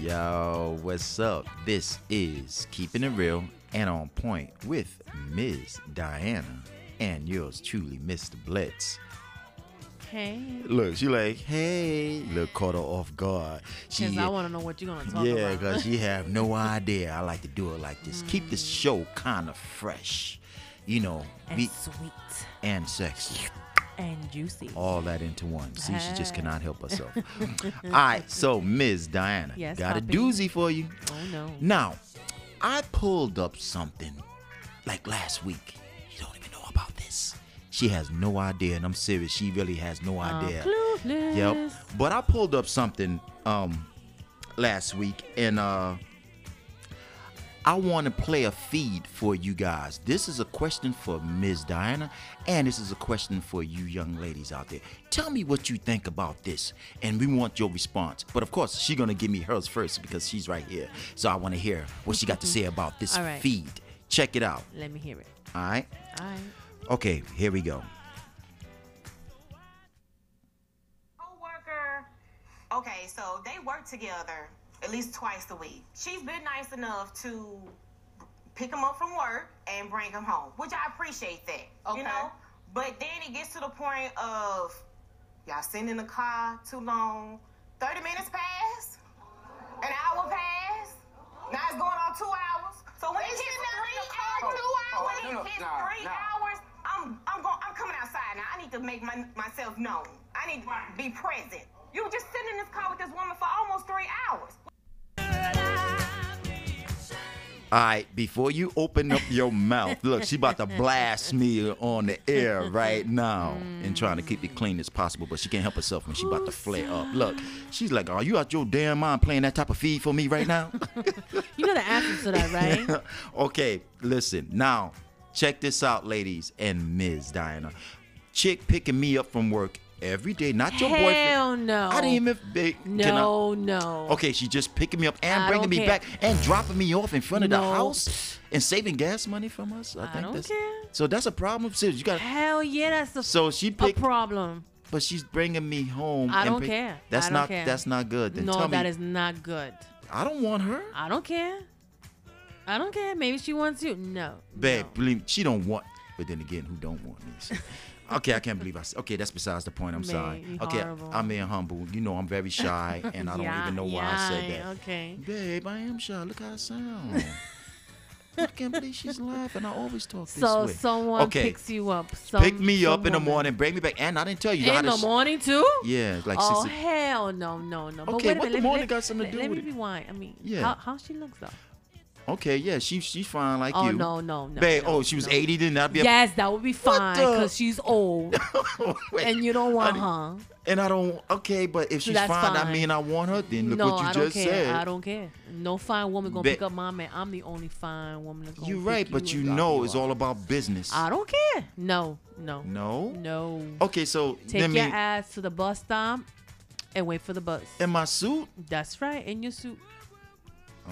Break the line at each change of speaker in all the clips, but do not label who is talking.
Yo, what's up? This is Keeping It Real and On Point with Ms. Diana and yours truly, Mr. Blitz.
Hey.
Look, she like, hey, look, caught her off guard. She,
Because I want to know what you're going to talk
yeah,
about.
because she have no idea. I like to do it like this. Keep the show kind of fresh, you know,
And
be,
sweet
and sexy.
and juicy.
all that into one. See, she just
Hey.
cannot help herself. all right, so Ms. Diana,
Yes,
got
Poppy?
a doozy for you.
Oh, no.
Now, I pulled up something like last week. You don't even know about this. She has no idea, and I'm serious. She really has no idea.
Clueless.
Yep. But I pulled up something um last week and uh I want to play a feed for you guys. This is a question for Ms. Diana and this is a question for you young ladies out there. Tell me what you think about this and we want your response. But of course, she's going to give me hers first because she's right here. So I want to hear what she got to say about this
All right.
feed. Check it out.
Let me hear it.
All right?
All right.
Okay, here we go.
Co-worker. Okay, so they work together at least twice a week. She's been nice enough to pick him up from work and bring him home, which I appreciate that.
Okay.
You know, but then it gets to the point of y'all sitting in the car too long. Thirty minutes pass, an hour pass. Now it's going on two hours. So when it hits three hours, two
Oh,
hours,
no,
when
no,
it hits
nah,
three
nah.
hours, I'm I'm going I'm coming outside now. I need to make my myself known. I need to be present. You were just sitting in this car with this woman for almost three hours.
All right, before you open up your mouth, look, she about to blast me on the air right now and trying to keep it clean as possible, but she can't help herself when she about to flare up. Look, she's like, "Are you out your damn mind playing that type of feed for me right now?"
You know the answer to that, right?
okay, listen. Now, check this out, ladies and Ms. Diana. Chick picking me up from work every day, not your
Hell
boyfriend.
no.
I didn't even big. can I-
No, no.
Okay, she just picking me up and
I
bringing
don't
me
care.
back and dropping me off in front of the
No.
house and saving gas money from us. I,
I
think
don't
that's,
care.
So that's a problem. Serious, you got.
Hell yeah, that's a,
So she
a
picked,
problem.
but she's bringing me home.
I
and
don't
pick-
care.
That's
I don't
not.
care.
That's not good. Then
no,
tell
that
me,
is not good.
I don't want her.
I don't care. I don't care. Maybe she wants you. No.
Babe,
no.
believe me, she don't want. But then again, who don't want me? So- Okay, I can't believe I. s- Okay, that's besides the point. I'm sorry.
Babe, you
Okay,
horrible.
I'm being humble. You know, I'm very shy, and I don't
Yeah,
even know why I said
yeah,
that.
Okay.
Babe, I am shy. Look how I sound. I can't believe she's laughing. I always talk this
So
way.
someone
okay.
picks you up. Some,
Pick me
some
up in the
woman.
morning, bring me back, and I didn't tell you how
In
to.
the
s-
morning too?
Yeah, it's like
oh
six-
hell no no no. But
Okay,
wait a minute,
what the
let me-
morning
let-
got something to
let-
do
let
with
me
it?
rewind. I mean,
Yeah.
how, how she looks though.
Okay, yeah, she she's fine like
Oh,
you.
no, no, no,
Babe,
no,
oh she was
no.
eighty, then that'd be
Yes, that would be fine
the-
because she's old
a. Wait,
and you don't want
honey,
her.
And I don't. Okay, but if she's
that's
fine, I
fine.
mean I want her. Then look
no,
what you
I don't
just
care.
said.
I don't care. No fine woman gonna
Ba-
pick up my man. I'm the only fine woman that's gonna.
You're
pick
right, but you
and drop
know it's
off.
all about business.
I don't care. No, no,
no.
no.
Okay, so
Take
let me
your ass to the bus stop and wait for the bus.
in my suit.
That's right, in your suit.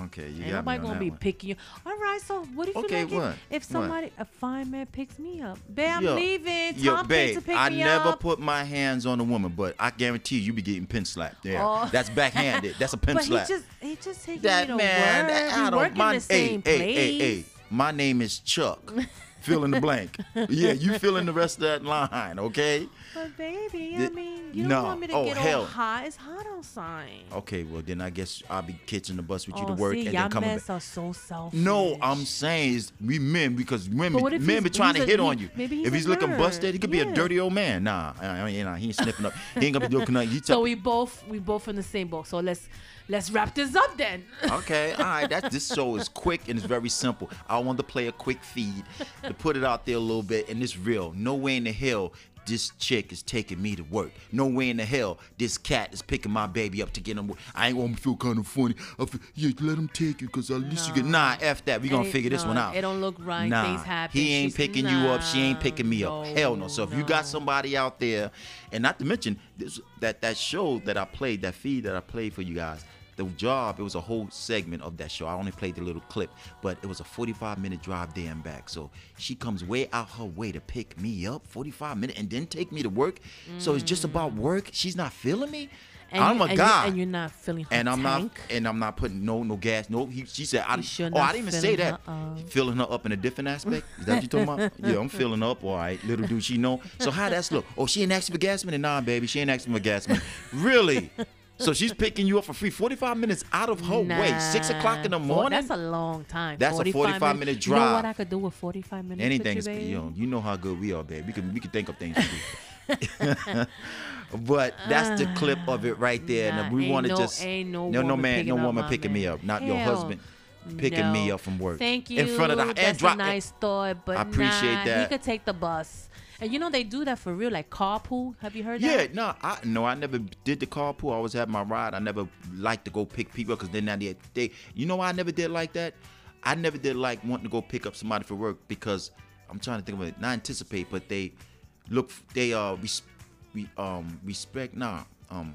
Okay,
Ain't
you got me
nobody
on
gonna
that
be
one.
picking you. All right, so what if
Okay,
you like
what?
If, if
What?
somebody a fine man picks me up? Babe, I'm
Yo,
leaving. Tom
yo,
came
babe,
to pick
I
me
never
up.
put my hands on a woman, but I guarantee you, you be getting pin slapped there.
Oh.
That's backhanded. That's a pin
but
slap.
he just he just taking
that
me to
man,
work.
that,
we
I don't
work
my,
in the same
hey,
place.
hey, hey, hey. My name is Chuck. fill in the blank. Yeah, you fill in the rest of that line, okay?
But baby,
Th-
I mean, you don't
no.
want me to
Oh,
get
hell.
all hot. It's hot outside.
Okay, well then I guess I'll be catching the bus with you
oh,
to work
see,
and
y'all
then coming
men
back.
are so selfish.
No, I'm saying is we men because women
But what if
men
he's-
be trying to
he's a-
hit
he-
on you.
maybe he's
if
a
he's looking
nerd.
busted, he could be a
Yeah.
dirty old man. Nah, I, I, nah, he ain't sniffing up. He ain't gonna be looking up. You
So we both we both in the same boat. So let's let's wrap this up then.
Okay, all right. That this show is quick and it's very simple. I wanted to play a quick feed to put it out there a little bit, and it's real. No way in the hell this chick is taking me to work. No way in the hell this cat is picking my baby up to get him. I ain't gonna feel kind of funny. I feel, yeah, let him take you, cause at least you get nah. F that. We gonna
It-
figure this
no,
one out.
It don't look right.
Nah,
Things happen.
he ain't
She's-
picking you up. She ain't
nah,
picking me up.
no,
Hell no. So if you got
no.
somebody out there, and not to mention this, that that show that I played, that feed that I played for you guys, the job. It was a whole segment of that show. I only played the little clip, but it was a 45 minute drive there and back. So she comes way out her way to pick me up, 45 minutes, and then take me to work. So it's just about work. She's not feeling me.
Mm. And
I'm
you-
a
and you-
guy.
and you're not feeling her
and I'm
tank.
not and I'm not putting no no gas. No, he, she said I.
You sure
oh, I
not
didn't even say
filling
that.
her up?
Filling her up in a different aspect. Is that what you talking about? yeah, I'm filling up. All right, little do she know. So how that's look? Oh, she ain't asking for gas money. Nah, baby, she ain't asking for gas money. Really? So she's picking you up for free. Forty-five minutes out of her way. Oh, Six
Nah.
o'clock in the
Four-
morning.
That's a long time.
That's a 45
minutes.
minute
You know
drive.
what I could do with 45 minutes? with
Anything
you,
is
babe?
you know, you know how good we are, babe. We can we can think of things to do. but that's the clip of it right there.
Nah,
and we
Ah, ain't
want to
no-
just
ain't no
no
woman
man,
picking
no
up
woman
my
picking me
man.
up. Not your
Hell
husband picking me
No.
up from work.
Thank you.
in front of the
That's
and drop eh,
a nice thought, but
I appreciate
nah,
that.
He could take the bus, and you know they do that for real, like carpool. Have you heard
Yeah,
that?
no, I no, I never did the carpool. I always had my ride. I never liked to go pick people because then I did they. You know why I never did like that? I never did like wanting to go pick up somebody for work because I'm trying to think of it. Not anticipate, but they look. They uh, res, we um respect. Nah, um,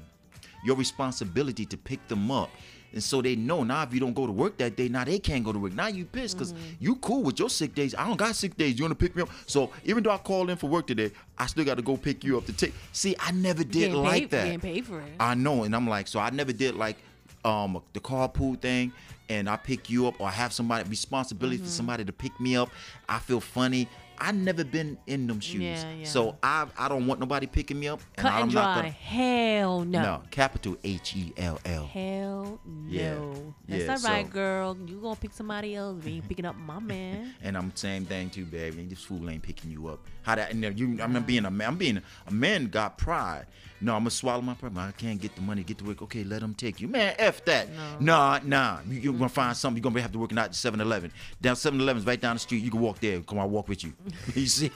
your responsibility to pick them up. And so they know now if you don't go to work that day, now they can't go to work. Now you pissed because
Mm-hmm.
you cool with your sick days. I don't got sick days. You want to pick me up? So even though I called in for work today, I still got to go pick you up to take. See, I never did
Getting
like
paid,
that.
Getting paid for it.
I know, and I'm like, so I never did like um the carpool thing, and I pick you up or I have somebody responsibility
Mm-hmm.
for somebody to pick me up. I feel funny. I never been in them shoes,
Yeah, yeah.
so I I don't want nobody picking me up.
Cut
I'm
and
Not
dry.
gonna,
Hell no.
no, capital H E L L.
Hell
Yeah.
no.
Yeah,
That's all right,
so-
girl. You gonna pick somebody else? We ain't picking up my man.
And I'm same thing too, baby. This fool ain't picking you up. How that? And then you, I'm not being a man. I'm being a man. Got pride. No, I'm gonna swallow my pride. I can't get the money. Get to work. Okay, let them take you, man. F that.
No.
Nah, nah. You, you're gonna find something. You're gonna have to work out at 7-Eleven. Down 7-Eleven's right down the street. You can walk there. Come on, walk with you. you see,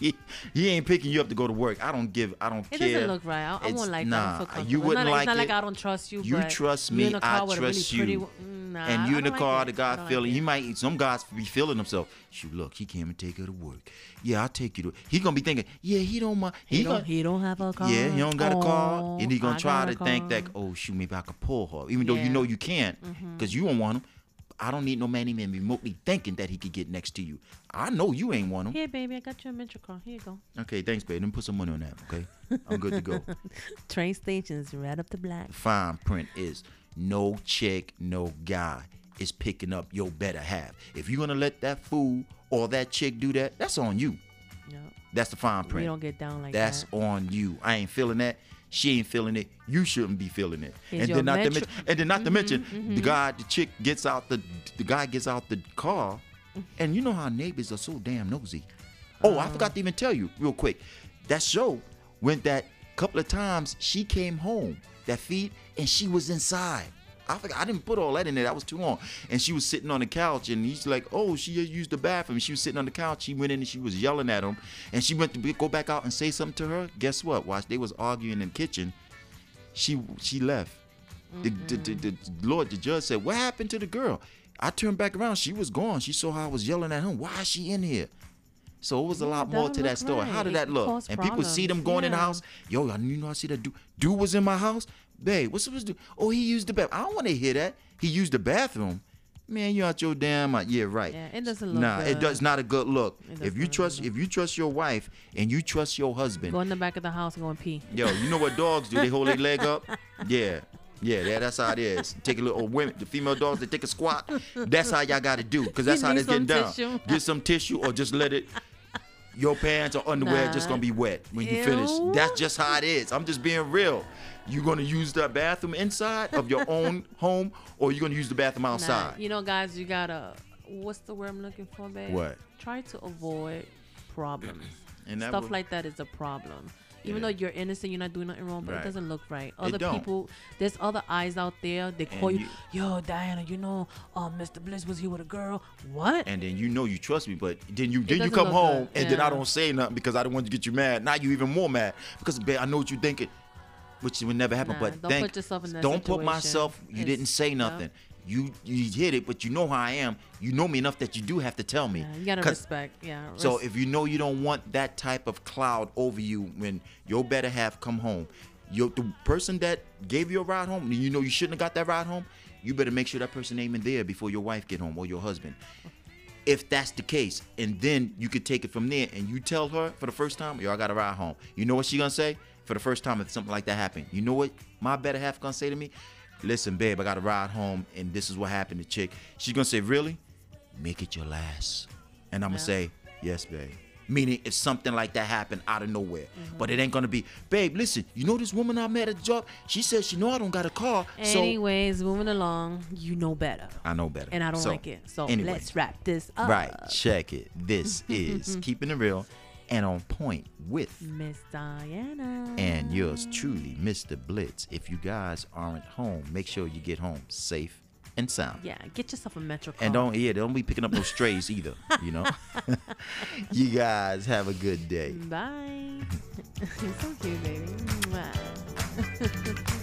he ain't picking you up to go to work. I don't give. I don't
It
care.
doesn't look right. I, I
It's-
won't like
Nah,
that. I don't feel
you
comfortable.
wouldn't
it's not,
like
it's not
it.
I don't trust you.
You
but
trust
you
me,
in a
I
car with a really
trust
pretty
you.
wo- Nah, I
and you in the
don't like
car,
it.
the God
I don't
feeling.
like
he
it.
might some guys be feeling himself. Shoot, look, he came and take her to work. Yeah, I'll take you to. He gonna be thinking, yeah, he don't mind.
He, don't,
gonna-
he don't have a car.
yeah, he don't got a car, and he
he
gonna try to think that, oh shoot, maybe I could pull her, even though you
Yeah. Mm-hmm.
know you can't, cause you don't want him. I don't need no man even remotely thinking that he could get next to you. I know you ain't want him.
Here, baby, I got you a metro car. Here you go.
Okay, thanks, babe. Let me put some money on that. Okay, I'm good to go.
Train stations right up the block.
fine print is no chick, no guy is picking up your better half. If you're gonna let that fool or that chick do that, that's on you.
No,
That's the fine print.
we don't get down like
that's
that.
on you. I ain't feeling that. She ain't feeling it. You shouldn't be feeling it.
Is
and
your
then not to
metro- Mm-hmm,
mention, and then not to mention, the guy, the chick gets out the the guy gets out the car, and you know how neighbors are so damn nosy. Oh, I forgot to even tell you real quick. That show went that couple of times. She came home that feed, and she was inside. I forgot, I didn't put all that in there. That was too long. And she was sitting on the couch, and he's like, "Oh, she had used the bathroom." She was sitting on the couch. She went in and she was yelling at him, and she went to be- go back out and say something to her. Guess what? While they was arguing in the kitchen, she she left. The, the, the, the Lord, the judge said, "What happened to the girl?" I turned back around. She was gone. She saw how I was yelling at him. Why is she in here? So it was a lot
that
more
don't
to that
look
story. How
right.
did
It
that
could
look?
cause
and people see them
problems.
going in the
Yeah.
house. Yo, I you know I see that dude. Dude was in my house. Babe, what's supposed to do? Oh, he used the bathroom. I don't want to hear that. He used the bathroom. Man, you out your damn mind. Yeah, right.
Yeah, it doesn't look
Nah, it
good.
does not a good look.
It
If
doesn't
you
look
trust, if you trust your wife and you trust your husband,
Go in the back of the house and go and pee.
Yo, you know what dogs do? They hold their leg up. Yeah. Yeah, that, that's how it is. Take a little or women, the female dogs, they take a squat. That's how y'all gotta do, because that's how
need
that's getting
some tissue.
down. Get some tissue or just let it your pants or underwear
Nah.
just gonna be wet when you finish.
Ew.
That's just how it is. I'm just being real. You gonna use the bathroom inside of your own home or you gonna use the bathroom
Nah,
outside?
you know, guys, you gotta. What's the word I'm looking for, babe?
What?
Try to avoid problems.
And that
Stuff
will-
like that is a problem. Even
Yeah.
though you're innocent, you're not doing nothing wrong, but
Right.
it doesn't look right. Other
don't.
people, there's other eyes out there. They call
And
you, yo, Diana. You know, uh, Mr. Bliss was here with a girl. What?
and then you know you trust me, but then you then you
doesn't
come
look
home
good,
and then I
yeah.
don't say nothing because I don't want to get you mad. Now you even more mad because babe, I know what you're thinking, which would never happen.
Nah,
but
don't
thank,
put yourself in that
don't put
situation.
myself. You
It's-
didn't say
yeah.
nothing. You you hit it, but you know how I am. You know me enough that you do have to tell me.
Yeah, you gotta
'Cause-
respect. Yeah.
so
res-
if you know you don't want that type of cloud over you when your better half come home, you the person that gave you a ride home, and you know you shouldn't have got that ride home, you better make sure that person ain't in there before your wife get home or your husband. If that's the case, and then you could take it from there, and you tell her for the first time, yo, I got to ride home. You know what she gonna say? for the first time if something like that happened. You know what my better half gonna say to me? Listen, babe, I got to ride home, and this is what happened to chick. She's gonna say, really? Make it your last. And I'm gonna say, yes, babe. Meaning, if something like that happened out of nowhere,
Mm-hmm.
but it ain't gonna be, babe. Listen, you know this woman I met at the job. She says she know I don't got a car, so
Anyways, moving along, you know better.
I know better.
And I don't
So,
like it. So
anyway.
let's wrap this up.
Right, check it. This is keeping it real and on point with
Miss Diana.
and yours truly, Mr. Blitz. If you guys aren't home, make sure you get home safe and sound.
Yeah, get yourself a Metro
And don't yeah, don't be picking up no strays either, you know. you guys have a good day.
Bye. so cute, baby. Mwah.